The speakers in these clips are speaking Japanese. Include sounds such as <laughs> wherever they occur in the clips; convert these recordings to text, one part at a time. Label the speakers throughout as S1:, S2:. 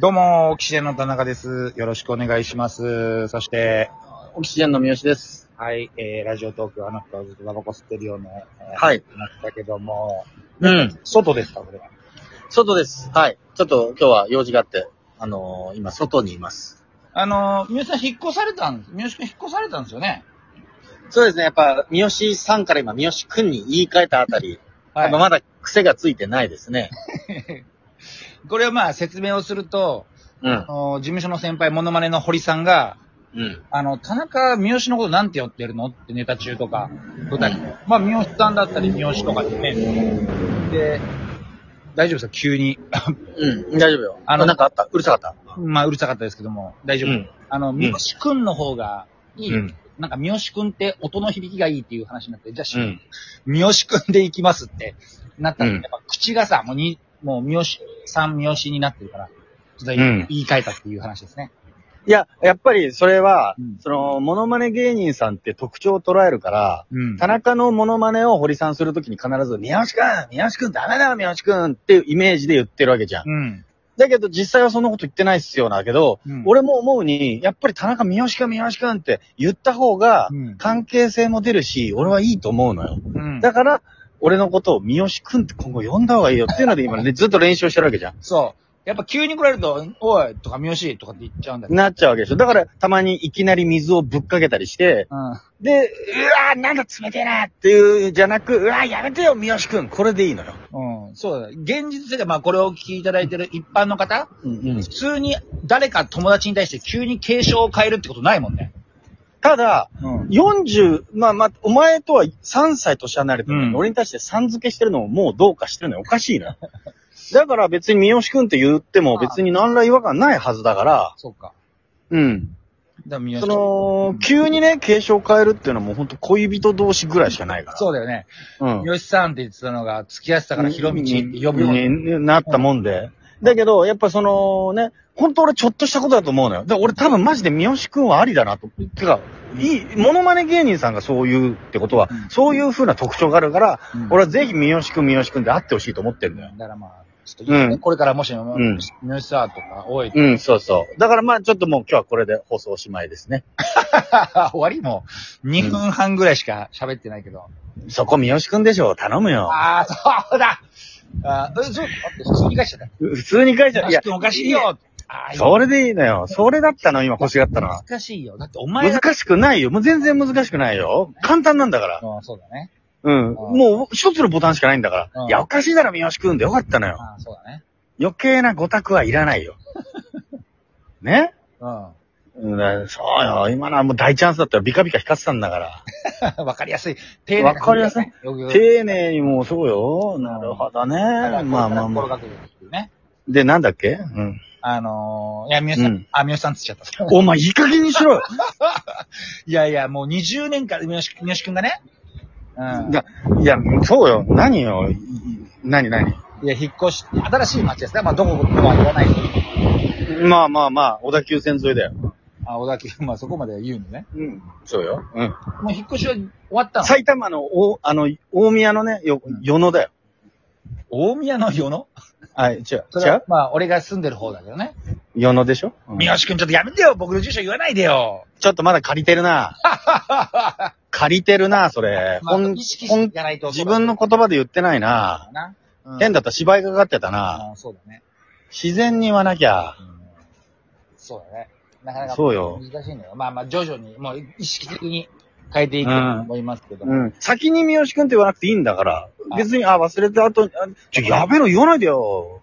S1: どうも、オキシエンの田中です。よろしくお願いします。そして、
S2: オキシジェンの三好です。
S1: はい、えー、ラジオトーク、あの人はずっとタバコ吸ってるような、えー
S2: はい。
S1: 話だけども、
S2: うん。
S1: 外ですか、これは。
S2: 外です。はい。ちょっと今日は用事があって、あのー今外にいます。
S1: あのー、三好さん引っ越されたんです。三好君引っ越されたんですよね。
S2: そうですね。やっぱ、三好さんから今、三好くんに言い換えたあたり、
S1: は
S2: やっぱまだ癖がついてないですね。
S1: い。これはまあ、説明をすると、
S2: う
S1: あの
S2: ん。
S1: ー事務所の先輩、モノマネの堀さんが、
S2: うん。
S1: あの、田中三好のことなんて呼ってるのってネタ中とか、舞台でまあ、三好さんだったり、三好とかですね。で、大丈夫ですか急に。
S2: うん。大丈夫よ。
S1: あ
S2: あ
S1: の
S2: の、なんかあったうるさかった
S1: まあ、うるさかったですけども、大丈夫。
S2: うん
S1: あの、三好くんの方がいい。
S2: うん
S1: なんか、三好くんって音の響きがいいっていう話になって、じゃあ、
S2: ん。
S1: 三好くんで行きますってなったら、
S2: うん
S1: やっぱ口がさ、もうに、もう三好、三三好になってるから、ちょっと言い,、
S2: うん
S1: 換えたっていう話ですね。
S2: いや、やっぱりそれは、
S1: うん
S2: その、モノマネ芸人さんって特徴を捉えるから、
S1: うん
S2: 田中のモノマネを堀さんするときに必ず、三好くん三好くんダメだよ、三好くんっていうイメージで言ってるわけじゃん。
S1: うん。
S2: だけど実際はそんなこと言ってないっすよだけど、
S1: うん
S2: 俺も思うに、やっぱり田中三好くん三好くんって言った方が
S1: う、ん。
S2: 関係性も出るし、俺はいいと思うのよ。
S1: うん。
S2: だから、俺のことを三好くんって今後呼んだ方がいいよっていうので今ね、ずっと練習してるわけじゃん。
S1: そう。やっぱ急に来られると、おいとか三好とかって言っちゃうんだけど。
S2: なっちゃうわけでしょ。だから、たまにいきなり水をぶっかけたりして、
S1: うん。
S2: で、うわーなんだ冷てえなっていう、じゃなく、うわーやめてよ、三好くんこれでいいのよ。
S1: うん。そうだ。現実で、まあ、これを聞きいただいてる一般の方、
S2: うんうん
S1: 普。通に誰か友達に対して急に継承を変えるってことないもんね。
S2: ただ、
S1: うん。
S2: 40、まあまあ、お前とは3歳年離れてるのに、
S1: うん
S2: 俺に対して3付けしてるのももうどうかしてるのよ。おかしいな。だから別に三好くんって言っても別に何ら違和感ないはずだから、
S1: そうか。
S2: うん。
S1: だから三好
S2: その、急にね、継承変えるっていうのはもうほんと恋人同士ぐらいしかないから。
S1: そうだよね。
S2: う。うん
S1: 三。好さんって言ってたのが、付き合ってたからひろみちって呼ぶよう
S2: に、
S1: に。
S2: ねなったもんで。だけど、やっぱそのね、ほんと俺ちょっとしたことだと思うのよ。で、俺多分マジで三好くんはありだなと。てか、いい、モノマネ芸人さんがそういうってことは
S1: うん、
S2: そういう風な特徴があるから、
S1: うん
S2: 俺はぜひ三好くん三好くんで会ってほしいと思ってるんだよ。
S1: だからまあ、ちょっといいよね、
S2: うん
S1: これからもし、三
S2: ん
S1: 好さんとか、おい、 <laughs>
S2: うん、そうそう。だからまあちょっともう今日はこれで放送おしまいですね。
S1: 終わりもう、2分半ぐらいしか喋ってないけど。
S2: そこ三好くんでしょ、頼むよ。
S1: ああ、そうだあーえ、そう、待って、普通に返しちゃった。
S2: 普通に書いちゃ
S1: 三好君おかしい。よああ、
S2: やそ
S1: れ
S2: れでいいのよ。それだったの、今欲しがったのは。
S1: 難しいよ。だってお前が、
S2: 難しくないよ。もう全然難しくないよ。簡単なんだから。
S1: うん、そうだね。
S2: うん。もう一つのボタンしかないんだから。
S1: うん
S2: いや、おかしいだろ、三好くんでよかったのよ。
S1: ああ、そうだね。
S2: 余計な五択はいら
S1: <laughs>
S2: ないよ。ね
S1: うん。 <laughs>
S2: うんだからそうよ。今のはもう大チャンスだったらビカビカ光ってたんだか
S1: わかりやすい。丁寧
S2: わかりやすい。
S1: よくよく。
S2: ら。丁寧にもうそうよ。なるほどね。
S1: だから
S2: まあまあ
S1: 心
S2: まあ。
S1: がけてるっていうね。
S2: で、なんだっけうん。
S1: あのー、いや、三好さ
S2: うんん、
S1: あ、三好さんつっちゃった。
S2: お前、いい加減にしろよ。
S1: <laughs> いやいや、もう20年間、三好、三好くんがね。うん。
S2: だいや、そうよ。何よ。い何何
S1: いや、引っ越し、新しい町ですね。まあ、どこ、どこは言わないですけど。
S2: まあまあまあ、小田急線沿いだよ。
S1: あ、小田急、まあ、そこまで言うのね。
S2: うん。そうよ。うん。
S1: もう引っ越しは終わったの
S2: 埼玉の、お、あの、大宮のね、よ、与野だよ。
S1: 大宮の与野
S2: はい、違う。
S1: そ
S2: 違
S1: れは
S2: う、
S1: まあ、俺が住んでる方だけどね。
S2: 与野でしょ、
S1: 三好くんちょっとやめてよ僕の住所言わないでよ
S2: ちょっとまだ借りてる <laughs> な。借りてるな、それ。
S1: まあ
S2: ほん
S1: 意識
S2: ほ
S1: してい
S2: ん
S1: かないと。
S2: 自分の言葉で言ってないな。
S1: な。うん
S2: 変だったら芝居かかってたな。
S1: うんそうだね。
S2: 自然に言わなきゃ。
S1: そうだね。なかなか
S2: そうよ
S1: 難しいんだよ。まあまあ、徐々に、もう意識的に変えていくと思いますけど。
S2: うん。先に三好くんって言わなくていいんだから
S1: あ。
S2: 別に、あ、忘れた後に、あちょ、やべえの言わないでよ。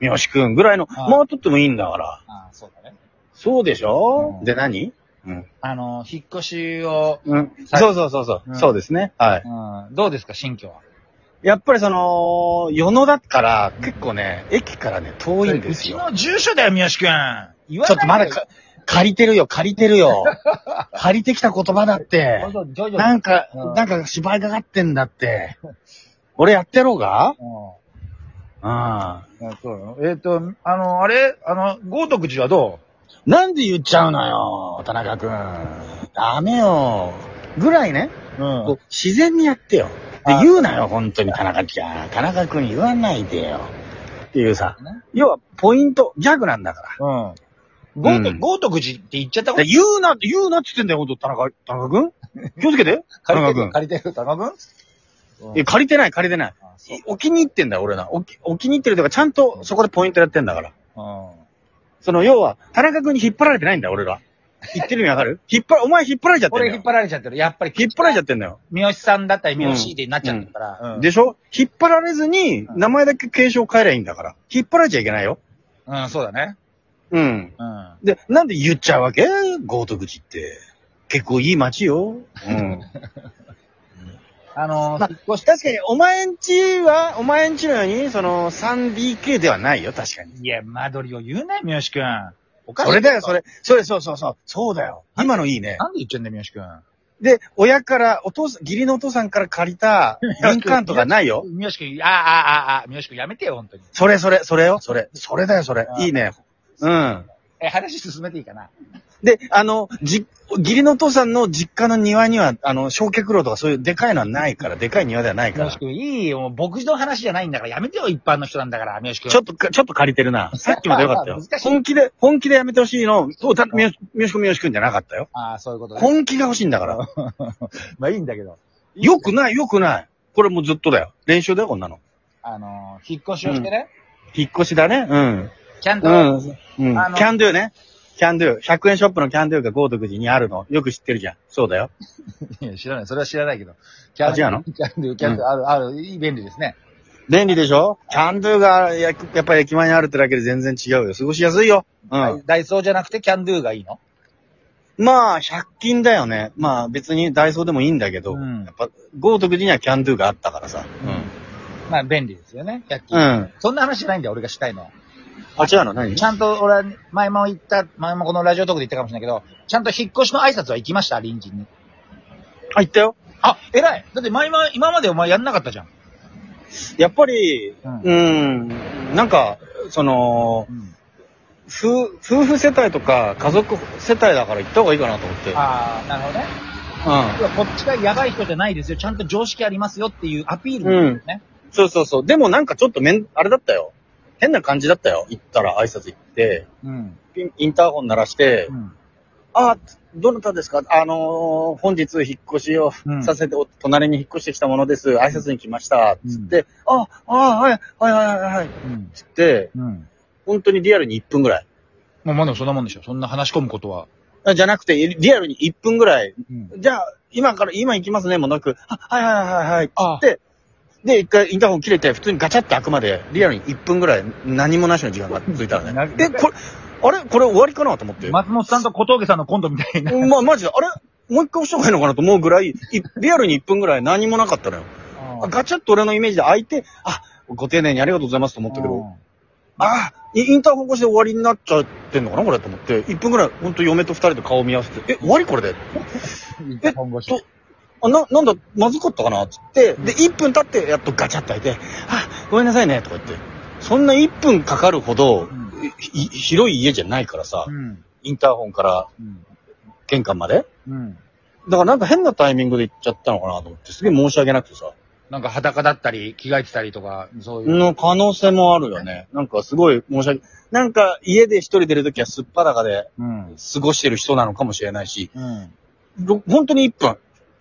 S2: 三好くんぐらいの、
S1: あ
S2: もうとってもいいんだから。
S1: ああそうだね。
S2: そうでしょ、
S1: うん
S2: で何うん。
S1: あの、引っ越しを、
S2: うん。
S1: さ
S2: そうそうそうそう、
S1: うん
S2: そうですね。はい。
S1: うん、どうですか、新居は。
S2: やっぱりその、世野だから、結構ね、駅からね、遠いんですよ。
S1: うちの住所だよ、三好くん。言わないでよ
S2: <laughs> ちょっとまだか、借りてるよ、借りて
S1: <laughs>
S2: るよ。借りてきた言葉だって
S1: ほん。と徐々
S2: な
S1: に。
S2: んか、
S1: うん
S2: なんか芝居かかってんだ
S1: <laughs>
S2: って。俺やってやろうが
S1: う、
S2: うん
S1: そうよえっ、と、あの、あれあの、豪徳寺はど
S2: ん。なんで言っちゃうのよ、田中くん。ダメよ。ぐらいね、
S1: うう
S2: こう自然にやってよ。で
S1: あ、
S2: 言うなよ、本当に田中ちゃん。田中くん言わないでよ。っていうさ
S1: ね。
S2: 要は、ポイント、ギャグなんだから。
S1: うん。
S2: う
S1: 豪
S2: ん
S1: 徳、豪徳寺って言っちゃったこ
S2: で
S1: と
S2: 言うな、言うなって言ってんだよ、ほんと、田中、田中
S1: <laughs>
S2: 君気をつけて。田
S1: 借り
S2: 中
S1: てる
S2: 君。
S1: 借りてる田中
S2: い
S1: 君
S2: や、借りてない、借りてない。
S1: あそう
S2: いお気に入ってんだよ、俺ら。お気お気に入ってるというか、ちゃんとそこでポイントやってんだから。
S1: う
S2: その、要は、田中君に引っ張られてないんだよ、俺ら。言ってる意味わ
S1: <laughs>
S2: かる引っ張ら、お前引っ張られちゃっ
S1: ん。
S2: てんだ
S1: 俺
S2: よ。
S1: 引っ張られちゃってる。やっぱり、
S2: 引っ張られちゃってんだよ。
S1: 三好さんだったり三好でになっちゃったから。うん。
S2: でしょ引っ張られずに、名前だけ継承変えりゃいいんだから。引っ張られちゃいけないよ。
S1: うん、そうだね。
S2: うん。
S1: うん。
S2: で、なんで言っちゃうわけ豪徳寺って。結構いい街よ。うん。
S1: あのー、
S2: まあ、 <laughs> 確かに、お前んちは、お前んちのように、その、3DK ではないよ、確かに。
S1: いや、間取りを言うなよ、三好くん。おかしい
S2: それだよ、そ。れ。それ、そうそうそう。そうだよ。今のいいね。
S1: なんで言っちゃうんだよ、三好
S2: で、親から、お父さん、義理のお父さんから借り
S1: <laughs>
S2: た、印鑑とかないよ
S1: く。ん。三好くん、ああ、ああ、ああ、三好くんやめてよ、本当に。
S2: それ、それ、それよ、それ。それだよ、それ。いいね。うん。
S1: え、話進めていいかな。
S2: で、あの、じ、義理のお父さんの実家の庭には、あの、焼却炉とかそういうでかいのはないから、でかい庭ではないか
S1: 三
S2: ら
S1: 好。くん、いいよ、もう僕の話じゃないんだから、やめてよ、一般の人なんだから、三好くん。
S2: ちょ
S1: っ
S2: っとか、ちょっと借りてる
S1: <laughs>
S2: な。さっきまでよかったよ
S1: 難。しい
S2: 本気で、本気でやめてほしいの、そう、た、みよし、みよしくんみよしくんじゃなかったよ。
S1: と。ああ、そういうことね。
S2: 本気が欲しいんだ
S1: <laughs>
S2: から。
S1: まあいいんだけど。
S2: よくない、よくない。これもうずっとだよ。練習だよ、こんなの。
S1: あのー、引っ越しをしてね、
S2: 引っ越しだね。うん。
S1: ちゃんと、
S2: うん。うん。キ
S1: あの
S2: ャンドゥね。キャンドゥ。100円ショップのキャンドゥが豪徳寺にあるの。よく知ってるじゃん。そうだよ。
S1: いや知らない、それは知らないけど。キ
S2: あ違うの
S1: キャンドゥ、キャンドゥ、ある、ある、いい便利ですね。
S2: 便利でしょキャンドゥがや、やっぱり駅前にあるってだけで全然違うよ。過ごしやすいよ。うん。
S1: ダイダイソーじゃなくてキャンドゥがいいの
S2: まあ、100均だよね。まあ、別にダイソーでもいいんだけど、
S1: うん
S2: やっぱ、豪徳寺にはキャンドゥがあったからさ。
S1: まあ便利ですよね、100
S2: うん。
S1: 均。
S2: うん。
S1: そんな話じゃないんだよ、俺がしたいのは。
S2: あ、違うの何
S1: ちゃんと、俺は、前も言った、前もこのラジオトークで言ったかもしれないけど、ちゃんと引っ越しの挨拶は行きました、隣人に。
S2: あ、行ったよ。
S1: あ、偉いだって前も、今までお前やんなかったじゃん。
S2: やっぱり、
S1: うん
S2: うん、なんか、その、
S1: うん。
S2: 夫夫婦世帯とか家族世帯だから行った方がいいかなと思って。
S1: ああ、なるほどね。要はこっちがやばい人じゃないですよ。ちゃんと常識ありますよっていうアピールなんですね。
S2: うん。そうそうそう。でもなんかちょっとめん、あれだったよ。変な感じだったよ。行ったら挨拶行って、
S1: うん。
S2: ピンインターホン鳴らして、
S1: うん。
S2: あ、どなたですかあのー本日引っ越しを
S1: うん
S2: させて、お隣に引っ越してきたものです。挨拶に来ました。
S1: うん
S2: つって、あ、あ、はい、はい、はい、はい、はい。
S1: うん。
S2: つって、
S1: うん。
S2: 本当にリアルに1分ぐらい。
S1: まあまあでもそんなもんでしょ。そんな話し込むことは。
S2: あじゃなくて、リアルに1分ぐらい。
S1: うん。
S2: じゃあ、今から、今行きますね、もなく、あ、はい、はい、はい、はい。
S1: ああ
S2: でで、一回インターホン切れて、普通にガチャって開くまで、リアルに1分ぐらい何もなしの時間が続いたの
S1: な
S2: ね。で、これ、あれこれ終わりかなと思って。ま、
S1: 松本さんと小峠さんのコントみたいな。
S2: まあ、マジで、あれもう一回押した方がいいのかなと思うぐらい、いリアルに1分ぐらい何もなかったのよ。あガチャッと俺のイメージで開いて、あ、ご丁寧にありがとうございますと思ったけ
S1: う
S2: ど、
S1: ん
S2: あイインターホン越しで終わりになっちゃってんのかなこれと思って、1分ぐらい、ほんと嫁と2人で顔を見合わせて、え、終わりこれで
S1: え本腰
S2: とあ、な、なんだ、まずかったかなつって、で、1分経って、やっとガチャって開いて、あ、ごめんなさいね、とか言って。そんな1分かかるほど、
S1: ん
S2: いい広い家じゃないからさ
S1: う、ん。
S2: インターホンから
S1: うん。
S2: 玄関まで。
S1: うん。
S2: だからなんか変なタイミングで行っちゃったのかなと思って、すげえ申し訳なくてさ。
S1: なんか裸だったり、着替えてたりとか、そういう。
S2: の可能性もあるよね。なんかすごい申し訳、なんか家で一人出るときはすっぱだかで
S1: うん。
S2: 過ごしてる人なのかもしれないし、
S1: うん。
S2: ろ本当に1
S1: そ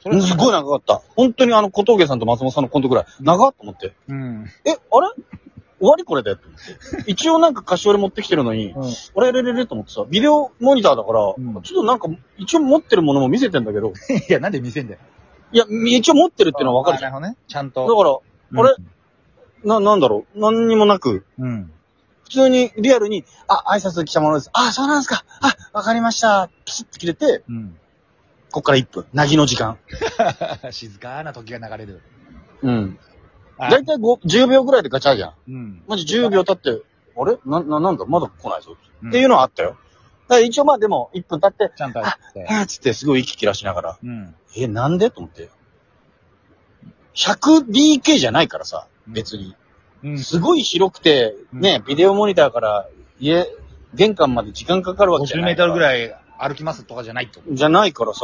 S2: 分。すごい長かった。本当にあの小峠さんと松本さんのコントぐらい、長っと思って。
S1: うん。
S2: え、あれ終わりこれでと思って一応なんか菓子折り持ってきてるのに、あれれれれと思ってさ、ビデオモニターだから、
S1: ん
S2: ちょっとなんか、一応持ってるものも見せてんだけど、
S1: いや、なんで見せんだよ。
S2: いや、一応持ってるっていうのはわかるじ
S1: あ
S2: ゃ。
S1: なんるほどね。ちゃん
S2: だ
S1: と。
S2: から、あれ、な、なんだろう、何にもなく、
S1: うん。
S2: 普通にリアルに、あ、挨拶来たものです。あ、そうなんですか。あ、わかりました。ピシッと切れて、
S1: うん。
S2: こっから1分。なぎの時間。
S1: <laughs> 静かな時が流れる。
S2: うん。だいたい5 10秒ぐらいでガチャじゃん。
S1: うん。
S2: まじ10秒経って、あれな、な、なんだまだ来ないぞ。
S1: うん
S2: っていうのはあったよ。だから一応まあでも、1分経って、
S1: ちゃんとあって。
S2: あーっつってすごい息切らしながら、
S1: うん。
S2: え、なんでと思って。100DK じゃないからさ、別に。
S1: うん。
S2: すごい広くて、
S1: うん
S2: ね、ビデオモニターから家、玄関まで時間かかるわけじゃ
S1: 50
S2: な
S1: メ
S2: い
S1: ートルぐ
S2: い。
S1: らい歩きますとかじゃないってこと。
S2: じゃないからさ、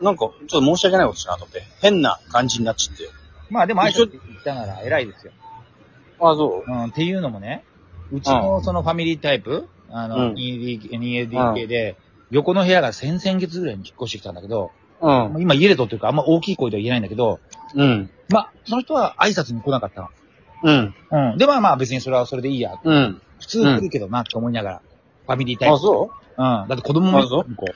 S2: なんか、ちょっと申し訳ないことしたなと思って、変な感じになっちゃって。
S1: まあでも挨
S2: 一緒
S1: 拶行ったなら偉いですよ。
S2: あ、そ
S1: う
S2: う
S1: ん。っていうのもね、うちのそのファミリータイプ、あ
S2: う
S1: の、
S2: ん
S1: 2ADK で、横の部屋が先々月ぐらいに引っ越してきたんだけど、
S2: う
S1: も
S2: ん。
S1: う今家で撮ってるからあんま大きい声では言えないんだけど、
S2: うん。
S1: まあ、その人は挨拶に来なかった
S2: うん。
S1: の。うん。で、まあまあ別にそれはそれでいいや。
S2: うん。
S1: 普通来るけどな、と思いながら。ファミリータイプ。
S2: あ、そ
S1: うん。だって子供もいる
S2: あそう
S1: こう
S2: う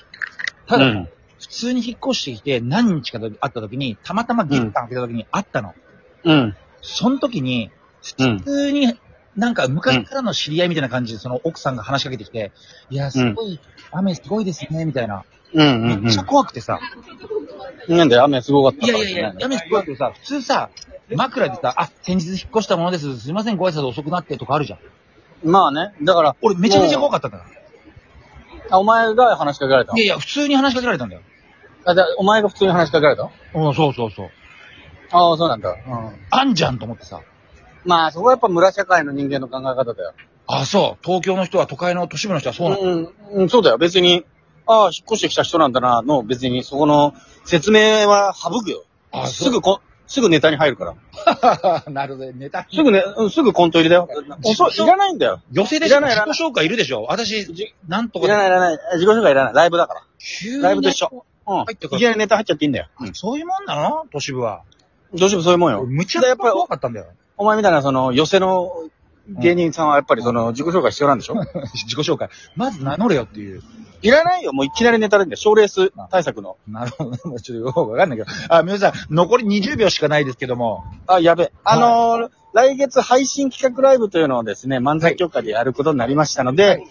S1: ただ、
S2: うん
S1: 普通に引っ越してきて何日か会った時に、たまたま玄関開けた時に会ったの。
S2: うん。
S1: その時に、
S2: うん
S1: 普通に、なんか昔からの知り合いみたいな感じで、その奥さんが話しかけてきて、いや、すごい、雨すごいですね、みたいな。
S2: うん。
S1: めっちゃ怖くてさ、
S2: うん。なんで雨すごかっ
S1: い
S2: たか
S1: や
S2: ら
S1: い
S2: ね
S1: やいや、雨すごいけどさ、普通さ、枕でさ、あ、先日引っ越したものです、すいません、ご挨拶遅くなってとかあるじゃん。
S2: まあね。だから、
S1: 俺めちゃめちゃ怖かったんだから。
S2: あ、お前が話しかけられた
S1: いやいや、普通に話しかけられたんだよ。
S2: あ、じゃあお前が普通に話しかけられた
S1: うん、そうそうそう。
S2: ああ、そうなんだ。うん。
S1: あんじゃんと思ってさ。
S2: まあ、そこはやっぱ村社会の人間の考え方だよ。
S1: あ、そう。東京の人は都会の都市部の人はそうなの。
S2: うん、うん、そうだよ。別に、ああ、引っ越してきた人なんだな、の、別に、そこの説明は省くよ。
S1: あそう
S2: すぐこ、すぐネタに入るから。
S1: なるほど、ネタ。
S2: すぐね、うんすぐコント入れだよ。遅い、いらないんだよ。
S1: 寄せで
S2: い
S1: しょ
S2: らないい
S1: 自
S2: ら
S1: 己
S2: ない
S1: 紹介いるでしょ私、
S2: じ
S1: なんと
S2: いら
S1: か、
S2: ない、いらない。自己紹介いらない。ライブだか
S1: 急
S2: ら。
S1: に。
S2: ライブと一緒。うん。
S1: 入って
S2: い
S1: くる
S2: きなりネタ入っちゃっていいんだよ。
S1: あそういうもんなの都市部は。
S2: どうしてもそういうもんよ。
S1: むちゃくちゃ怖かったんだよ。
S2: お前みたいな、その、寄せの芸人さんはやっぱりその、自己紹介必要なんでしょ
S1: 自己紹介。まず名乗れよっていう。
S2: いらないよ。もういきなりネタでんだよ。賞レース対策の。
S1: なるほど。ちょっとよくわかんないけど。あ、皆さん、残り20秒しかないですけども。
S2: あ、やべ。あのー来月配信企画ライブというのをですね、漫才協会でやることになりましたので、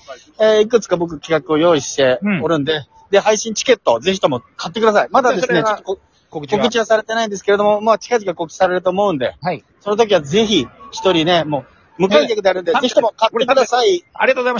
S2: い、えーいくつか僕企画を用意しておるんで、で、配信チケット、ぜひとも買ってください。まだです
S1: それ
S2: ね、ちょ
S1: は
S2: っとこ
S1: 告知は
S2: 告知はされてないんですけれども、まあ、近々告知されると思うんで、
S1: はい。
S2: その時はぜひ、一人ね、もう、無観客であるんで、
S1: はい
S2: ぜひとも買ってください。
S1: ありがとうございました。